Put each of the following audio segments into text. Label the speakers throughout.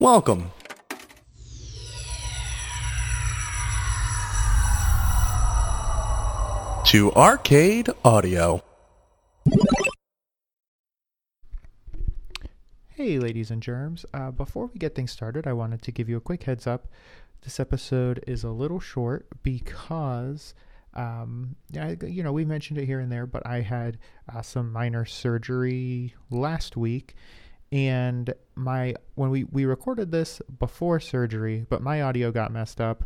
Speaker 1: Welcome. To Arcade Audio.
Speaker 2: Hey, ladies and germs. Uh, before we get things started, I wanted to give you a quick heads up. This episode is a little short because, um, I, you know, we mentioned it here and there, but I had uh, some minor surgery last week, and my when we we recorded this before surgery, but my audio got messed up,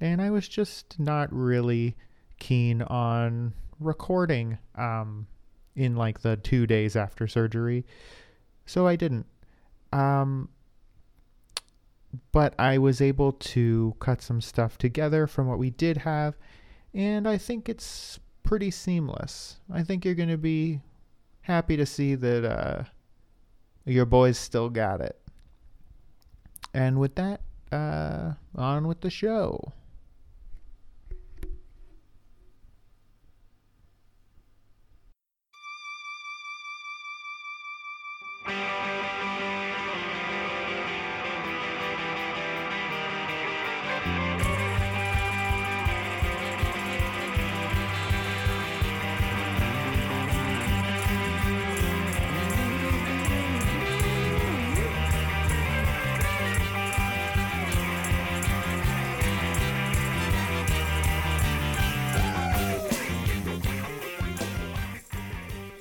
Speaker 2: and I was just not really keen on recording um, in like the two days after surgery, so I didn't. Um, but I was able to cut some stuff together from what we did have, and I think it's pretty seamless. I think you're going to be happy to see that uh, your boys still got it. And with that, uh, on with the show.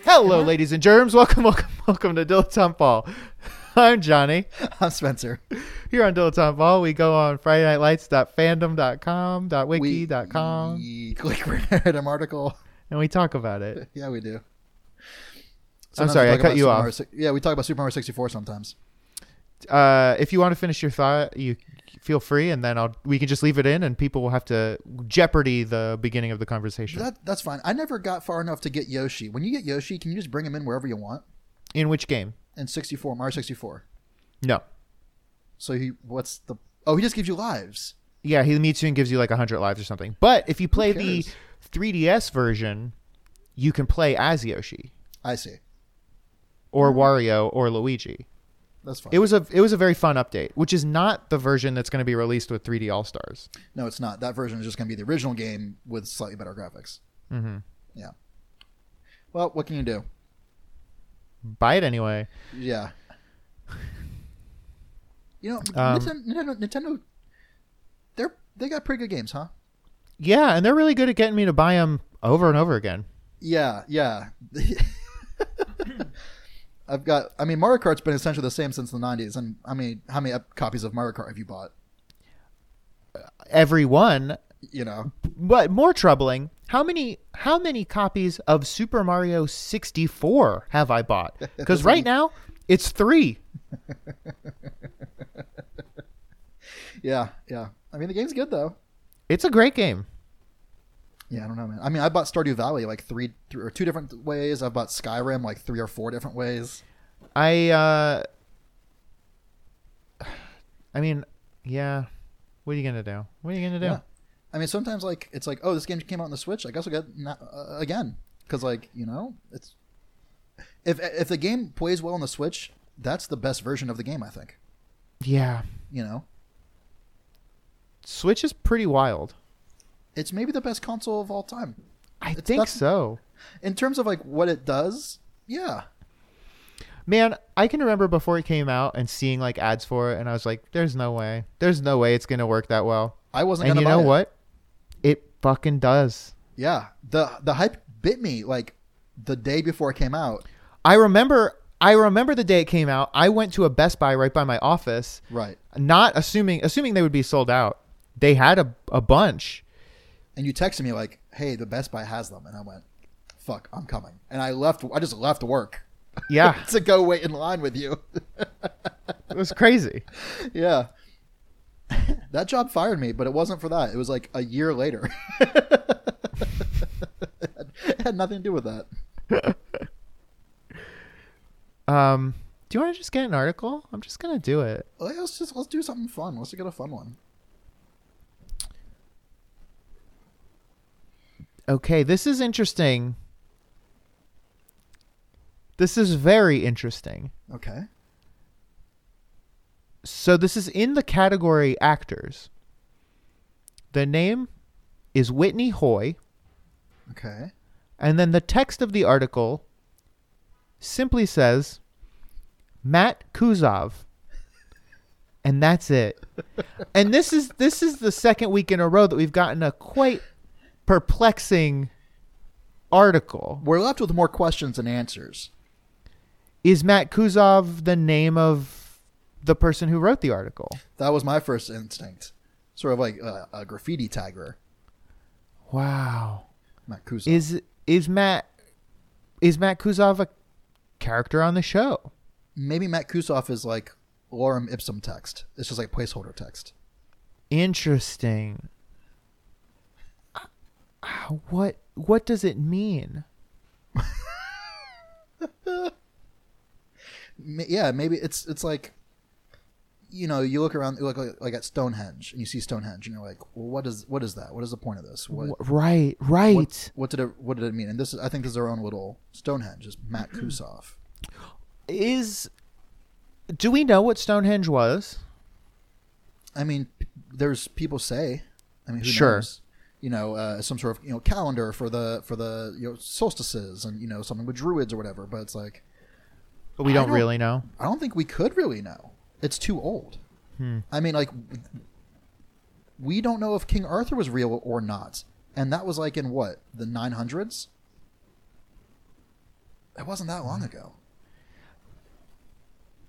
Speaker 2: Hello, ladies and germs. Welcome, welcome, welcome to Dilettante Ball. I'm Johnny.
Speaker 3: I'm Spencer.
Speaker 2: Here on Dilettante Ball, we go on FridayNightLights.fandom.com.wiki.com
Speaker 3: We click read an article.
Speaker 2: and we talk about it.
Speaker 3: Yeah, we do.
Speaker 2: I'm
Speaker 3: Sometimes
Speaker 2: sorry,
Speaker 3: we
Speaker 2: I
Speaker 3: talk
Speaker 2: cut
Speaker 3: about
Speaker 2: you
Speaker 3: Super
Speaker 2: off.
Speaker 3: Mario si- yeah, we talk about Super Mario 64 sometimes.
Speaker 2: Uh, if you want to finish your thought, you feel free, and then I'll we can just leave it in, and people will have to jeopardy the beginning of the conversation.
Speaker 3: That, that's fine. I never got far enough to get Yoshi. When you get Yoshi, can you just bring him in wherever you want?
Speaker 2: in which game?
Speaker 3: In 64, Mario 64.
Speaker 2: No.
Speaker 3: So he, what's the? Oh, he just gives you lives.
Speaker 2: Yeah, he meets you and gives you like 100 lives or something. But if you play the
Speaker 3: cares?
Speaker 2: 3DS version, you can play as Yoshi
Speaker 3: I see.
Speaker 2: or
Speaker 3: Mm-hmm.
Speaker 2: Wario or Luigi.
Speaker 3: That's fine.
Speaker 2: It was a it was a very fun update, which is not the version that's going to be released with 3D All Stars.
Speaker 3: no, it's not. That version is just going to be the original game with slightly better graphics.
Speaker 2: Mm-hmm.
Speaker 3: Yeah. Well, what can you do?
Speaker 2: Buy it anyway.
Speaker 3: Yeah. You know,
Speaker 2: Um,
Speaker 3: Nintendo, Nintendo, Nintendo, they're they got pretty good games, huh?
Speaker 2: Yeah, and they're really good at getting me to buy them over and over again.
Speaker 3: Yeah, yeah. I've got. I mean, Mario Kart's been essentially the same since the '90s, and I mean, how many ep- copies of Mario Kart have you bought?
Speaker 2: Every one,
Speaker 3: You know,
Speaker 2: but more troubling, how many how many copies of Super Mario 64 have I bought? Cuz right now it's 3.
Speaker 3: yeah, yeah. I mean, the game's good though.
Speaker 2: It's a great game.
Speaker 3: Yeah, I don't know, man. I mean, I bought Stardew Valley like three, three or two different ways. I've bought Skyrim like three or four different ways.
Speaker 2: I uh I mean, yeah. What are you going to do? What are you going to do?
Speaker 3: Yeah. I mean, sometimes like it's like, oh, this game came out on the Switch. I guess I'll get it na- uh, again because like you know, it's if if the game plays well on the Switch, that's the best version of the game. I think
Speaker 2: yeah.
Speaker 3: you know,
Speaker 2: Switch is pretty wild.
Speaker 3: it's maybe the best console of all time
Speaker 2: I
Speaker 3: It's
Speaker 2: think
Speaker 3: not-
Speaker 2: so.
Speaker 3: in terms of like what it does. Yeah,
Speaker 2: Man, I can remember before it came out and seeing like ads for it, and I was like, "There's no way. There's no way it's gonna work that well."
Speaker 3: I wasn't.
Speaker 2: And
Speaker 3: gonna
Speaker 2: you
Speaker 3: buy
Speaker 2: know
Speaker 3: it.
Speaker 2: what? It fucking does.
Speaker 3: Yeah, the the hype bit me like the day before it came out.
Speaker 2: I remember. I remember the day it came out. I went to a Best Buy right by my office,
Speaker 3: Right,
Speaker 2: not assuming assuming they would be sold out. They had a a bunch.
Speaker 3: and you texted me like, "Hey, the Best Buy has them," and I went, "Fuck, I'm coming." And I left. I just left work
Speaker 2: Yeah,
Speaker 3: to go wait in line with you.
Speaker 2: it was crazy.
Speaker 3: yeah. that job fired me, but it wasn't for that. It was like a year later. it had nothing to do with that.
Speaker 2: Um, do you want to just get an article? I'm just gonna do it.
Speaker 3: Let's just let's do something fun. Let's get a fun one.
Speaker 2: Okay, this is interesting. This is very interesting.
Speaker 3: Okay.
Speaker 2: So this is in the category actors. The name is Whitney Hoy,
Speaker 3: Okay.
Speaker 2: and then the text of the article simply says Matt Kuzov. And that's it. and this is this is the second week in a row that we've gotten a quite perplexing article.
Speaker 3: We're left with more questions than answers.
Speaker 2: Is Matt Kuzov the name of the person who wrote the article?
Speaker 3: That was my first instinct. Sort of like uh, a graffiti tagger,
Speaker 2: Wow.
Speaker 3: Matt Kuzma.
Speaker 2: Is is Matt is Matt Kuzov a character on the show?
Speaker 3: Maybe Matt Kusoff is like lorem ipsum text. It's just like placeholder text.
Speaker 2: Interesting. Ah, What what does it mean?
Speaker 3: M- yeah, maybe it's it's like, you know, you look around, you look like, like at Stonehenge, and you see Stonehenge, and you're like, well, what is what is that? What is the point of this? What,
Speaker 2: Wh- Right, right.
Speaker 3: what what did it what did it mean? And this is I think this is our own little Stonehenge, is Matt Kusoff.
Speaker 2: Is do we know what Stonehenge was?
Speaker 3: I mean, p- there's people say, I mean, who
Speaker 2: Sure.
Speaker 3: knows? You know, uh, some sort of you know calendar for the for the you know solstices and you know something with druids or whatever. But it's like
Speaker 2: But we
Speaker 3: I
Speaker 2: don't,
Speaker 3: don't-
Speaker 2: really know.
Speaker 3: I don't think we could really know. It's too old. I mean, like we don't know if King Arthur was real or not, and that was like in what the 900s. It wasn't that long ago.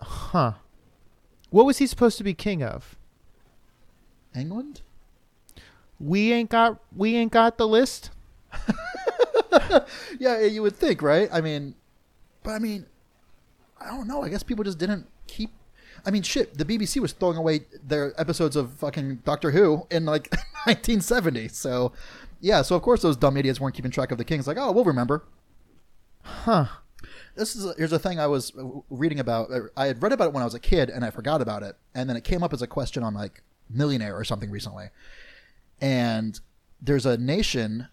Speaker 2: Huh. What was he supposed to be king of?
Speaker 3: England.
Speaker 2: We ain't got we ain't got the list.
Speaker 3: Yeah, eh, you would think, right? I mean, but I mean, I don't know. I guess people just didn't keep. I mean, shit. The BBC was throwing away their episodes of fucking Doctor Who in like 1970. So, yeah. So of course those dumb idiots weren't keeping track of the kings. Like, oh, we'll remember.
Speaker 2: Huh.
Speaker 3: This is here's a thing I was uh, reading about. uh, I had read about it when I was a kid, and I forgot about it. And then it came up as a question on like Millionaire or something recently. And there's a nation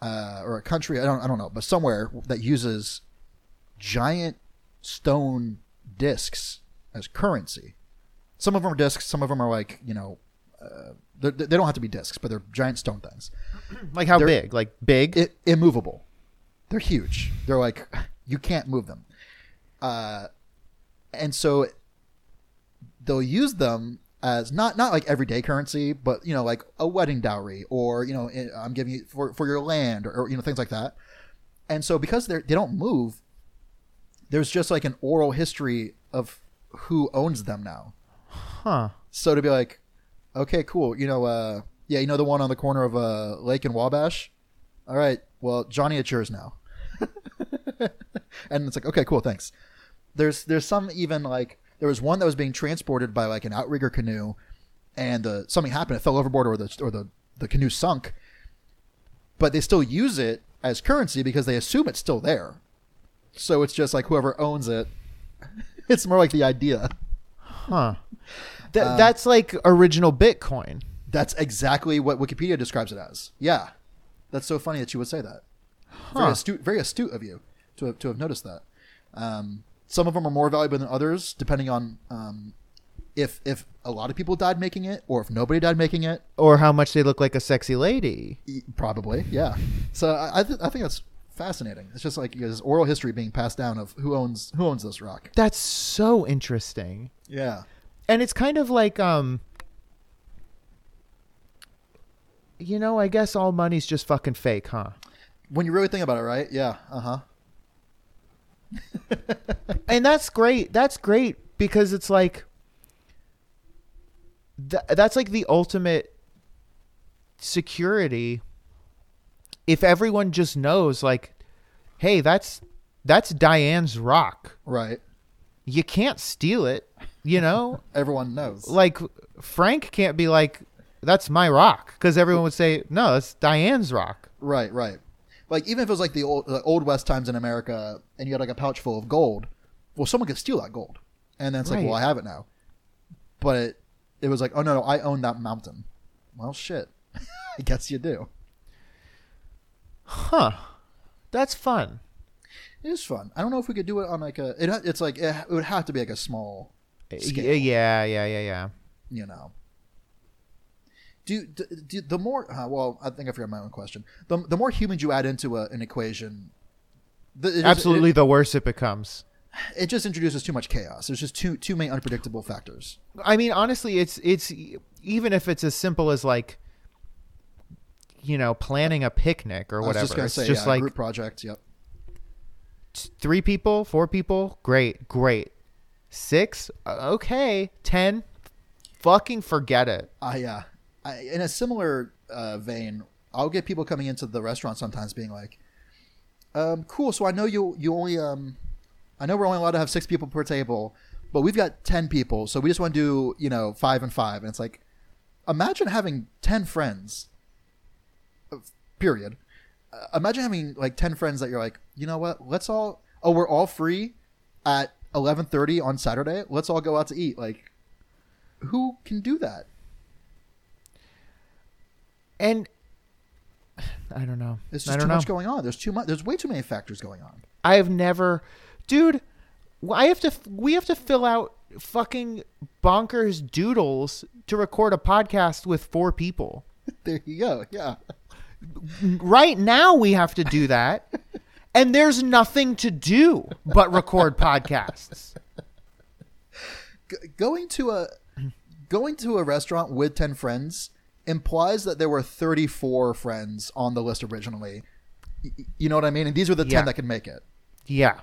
Speaker 3: uh, or a country I don't I don't know, but somewhere that uses giant stone discs as currency. Some of them are discs. Some of them are like you know, uh, they're- they don't have to be discs, but they're giant stone things
Speaker 2: Like how
Speaker 3: There-
Speaker 2: big? Like big?
Speaker 3: i- immovable. They're huge. They're like you can't move them. Uh, and so they'll use them as not not like everyday currency, but you know like a wedding dowry or you know i- I'm giving you for for your land or, or you know things like that. And so because they they don't move, there's just like an oral history of who owns them now.
Speaker 2: huh.
Speaker 3: So to be like, okay, cool. You know, uh, yeah, you know the one on the corner of uh, Lake and Wabash. All right, well, Johnny, it's yours now. and it's like, okay, cool, thanks. There's there's some even like there was one that was being transported by like an outrigger canoe, and uh, something happened. It fell overboard, or the or the the canoe sunk. But they still use it as currency because they assume it's still there. So it's just like whoever owns it. It's more like the idea.
Speaker 2: Huh. That that's like original Bitcoin.
Speaker 3: That's exactly what Wikipedia describes it as. Yeah, that's so funny that you would say that.
Speaker 2: Huh.
Speaker 3: Very astute, very astute of you to have, to have noticed that. Um, some of them are more valuable than others, depending on um, if if a lot of people died making it or if nobody died making it.
Speaker 2: Or how much they look like a sexy lady.
Speaker 3: E- Probably, yeah. So I I, th- I think that's fascinating. It's just like you know, this oral history being passed down of who owns who owns this rock.
Speaker 2: That's so interesting.
Speaker 3: Yeah,
Speaker 2: And it's kind of like um you know, I guess all money's just fucking fake, huh?
Speaker 3: when you really think about it, right? Yeah, uh huh.
Speaker 2: And that's great. That's great because it's like th- that's like the ultimate security if everyone just knows like hey, that's that's Diane's rock.
Speaker 3: Right.
Speaker 2: You can't steal it, you know?
Speaker 3: Everyone knows.
Speaker 2: like Frank can't be like that's my rock because everyone would say no that's Diane's rock
Speaker 3: Right, right. Like even if it was like the old, the old West times in America, and you had like a pouch full of gold, well, someone could steal that gold, and then it's like,
Speaker 2: Right.
Speaker 3: well, I have it now. But it, it was like, oh no, no, I own that mountain. Well, shit, I guess you do.
Speaker 2: huh that's fun
Speaker 3: It is fun. I don't know if we could do it on like a. It, ha- it's like it, ha- it would have to be like a small scale.
Speaker 2: Yeah, yeah, yeah, yeah.
Speaker 3: you know. Do, do, do the more uh, well, I think I forgot my own question. The, the more humans you add into a, an equation, the, it just-
Speaker 2: Absolutely, the worse it becomes.
Speaker 3: it, it just introduces too much chaos. There's just too too many unpredictable factors.
Speaker 2: I mean, honestly, it's it's even if it's as simple as like, you know, planning a picnic or
Speaker 3: I was
Speaker 2: whatever.
Speaker 3: just gonna
Speaker 2: it's
Speaker 3: say,
Speaker 2: just
Speaker 3: yeah,
Speaker 2: like
Speaker 3: group project. Yep.
Speaker 2: t- three people, four people, great, great. Six, uh, okay, ten, fucking forget it.
Speaker 3: I, uh, I in a similar uh, vein, I'll get people coming into the restaurant sometimes being like, um, "Cool, so I know you you only um, I know we're only allowed to have six people per table, but we've got ten people, so we just want to do you know five and five, and it's like, imagine having ten friends. uh, Period. Uh, imagine having like ten friends that you're like, you know what? Let's all oh we're all free at eleven thirty on Saturday. Let's all go out to eat. Like, who can do that?
Speaker 2: And I don't know.
Speaker 3: It's
Speaker 2: I
Speaker 3: just
Speaker 2: don't
Speaker 3: too
Speaker 2: know.
Speaker 3: much going on. There's too much. There's way too many factors going on.
Speaker 2: I have never, dude. I have to. We have to fill out fucking bonkers doodles to record a podcast with four people.
Speaker 3: There you go. Yeah.
Speaker 2: Right now, we have to do that, and there's nothing to do but record podcasts.
Speaker 3: G- going to a going to a restaurant with ten friends implies that there were 34 friends on the list originally. Y- y- You know what I mean? And these were the
Speaker 2: Yeah.
Speaker 3: 10 that could make it.
Speaker 2: Yeah.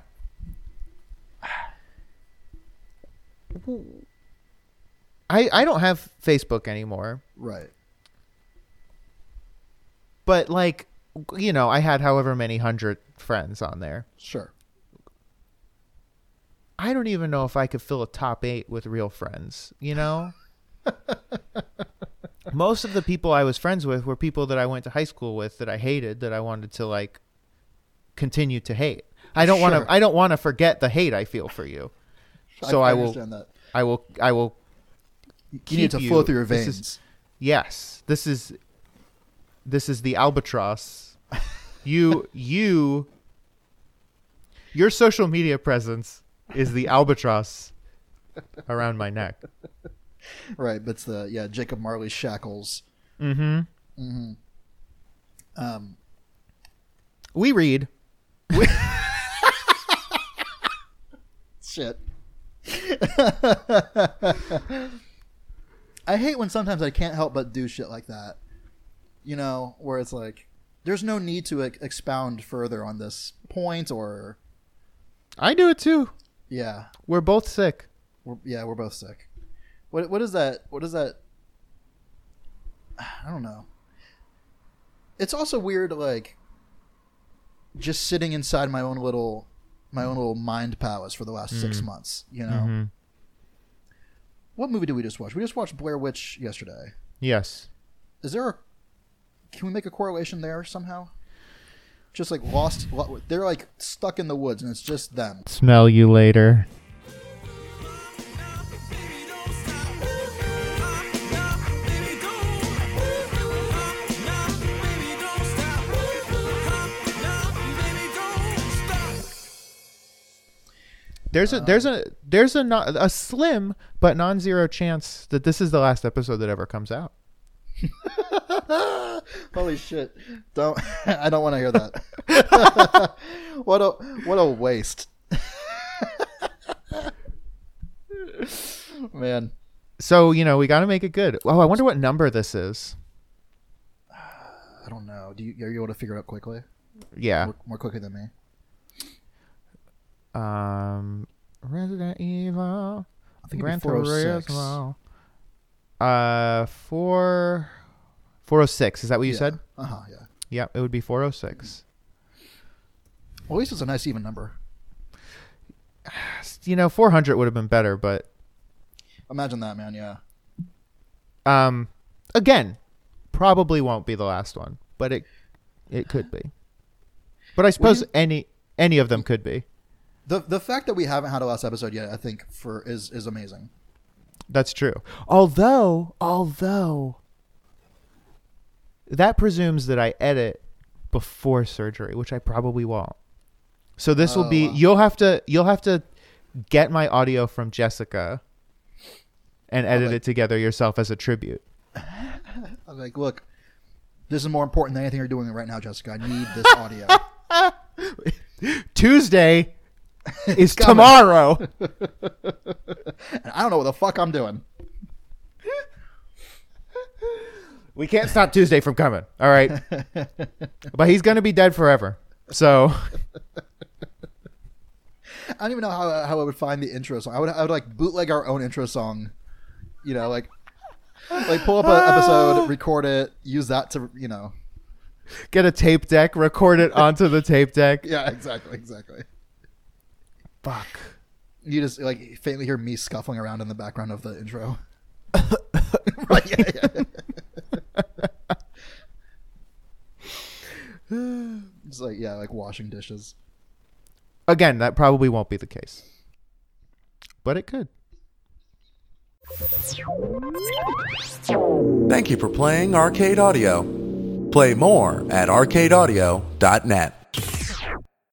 Speaker 2: I I don't have Facebook anymore,
Speaker 3: Right.
Speaker 2: but like you know, I had however many hundred friends on there.
Speaker 3: Sure.
Speaker 2: I don't even know if I could fill a top eight with real friends, you know? Most of the people I was friends with were people that I went to high school with that I hated that I wanted to like continue to hate. I don't want
Speaker 3: Sure.
Speaker 2: to I don't want to forget the hate I feel for you. So I, will
Speaker 3: understand that.
Speaker 2: I will I will
Speaker 3: You need
Speaker 2: keep
Speaker 3: to
Speaker 2: you-
Speaker 3: flow through your
Speaker 2: this
Speaker 3: veins.
Speaker 2: is- yes. This is this is the albatross. You you your social media presence is the albatross around my neck.
Speaker 3: Right. But it's the, yeah, Jacob Marley shackles.
Speaker 2: Mm-hmm.
Speaker 3: Um,
Speaker 2: We read.
Speaker 3: shit. I hate when sometimes I can't help but do shit like that. You know, where it's like there's no need to ex- expound further on this point or
Speaker 2: I do it too.
Speaker 3: yeah,
Speaker 2: We're both sick.
Speaker 3: we're, yeah, we're both sick. What what is that? What is that? I don't know. It's also weird like just sitting inside my own little my own little mind palace for the last 6 months, you
Speaker 2: Mm-hmm.
Speaker 3: know. What movie did we just watch? We just watched Blair Witch yesterday.
Speaker 2: Yes.
Speaker 3: Is there a can we make a correlation there somehow? Just like lost, lo- they're like stuck in the woods, and it's just them.
Speaker 2: Smell you later. There's a there's a there's a no- a slim but non-zero chance that this is the last episode that ever comes out.
Speaker 3: Holy shit! Don't I don't want to hear that. what a what a waste, man.
Speaker 2: So you know we got to make it good. Oh, I wonder what number this is.
Speaker 3: I don't know. Do you are you able to figure it out quickly?
Speaker 2: Yeah.
Speaker 3: More, more quickly than me.
Speaker 2: Um, Resident Evil.
Speaker 3: I think
Speaker 2: Gran
Speaker 3: it'd be 406.
Speaker 2: Turismo. Uh, four. 406. Is that what you
Speaker 3: Yeah.
Speaker 2: said?
Speaker 3: Uh huh. Yeah.
Speaker 2: Yeah, it would be 406.
Speaker 3: Well, at least it's a nice even number.
Speaker 2: You know, 400 would have been better, but
Speaker 3: Imagine that, man. Yeah.
Speaker 2: um, again, probably won't be the last one, but it it could be. But I suppose any any of them could be.
Speaker 3: The the fact that we haven't had a last episode yet, I think, for is is amazing.
Speaker 2: That's true. Although, Oh, although that presumes that I edit before surgery, which I probably won't. So this will
Speaker 3: Oh,
Speaker 2: be
Speaker 3: wow.
Speaker 2: you'll have to you'll have to get my audio from Jessica and
Speaker 3: Oh,
Speaker 2: edit it together yourself as a tribute.
Speaker 3: I'm like, look, this is more important than anything you're doing right now, Jessica. I need this audio.
Speaker 2: Tuesday is
Speaker 3: coming.
Speaker 2: tomorrow.
Speaker 3: and I don't know what the fuck I'm doing.
Speaker 2: we can't stop Tuesday from coming. All right. but he's going to be dead forever. So
Speaker 3: I don't even know how, how I would find the intro song. I would, I would like bootleg our own intro song, you know, like like pull up an episode, record it, use that to, you know,
Speaker 2: get a tape deck, record it onto the tape deck.
Speaker 3: yeah, exactly, exactly.
Speaker 2: Fuck.
Speaker 3: You just like faintly hear me scuffling around in the background of the intro. Right, yeah, yeah. It's like yeah, like washing dishes.
Speaker 2: Again, that probably won't be the case. But it could.
Speaker 1: Thank you for playing Arcade Audio. Play more at arcadeaudio.net.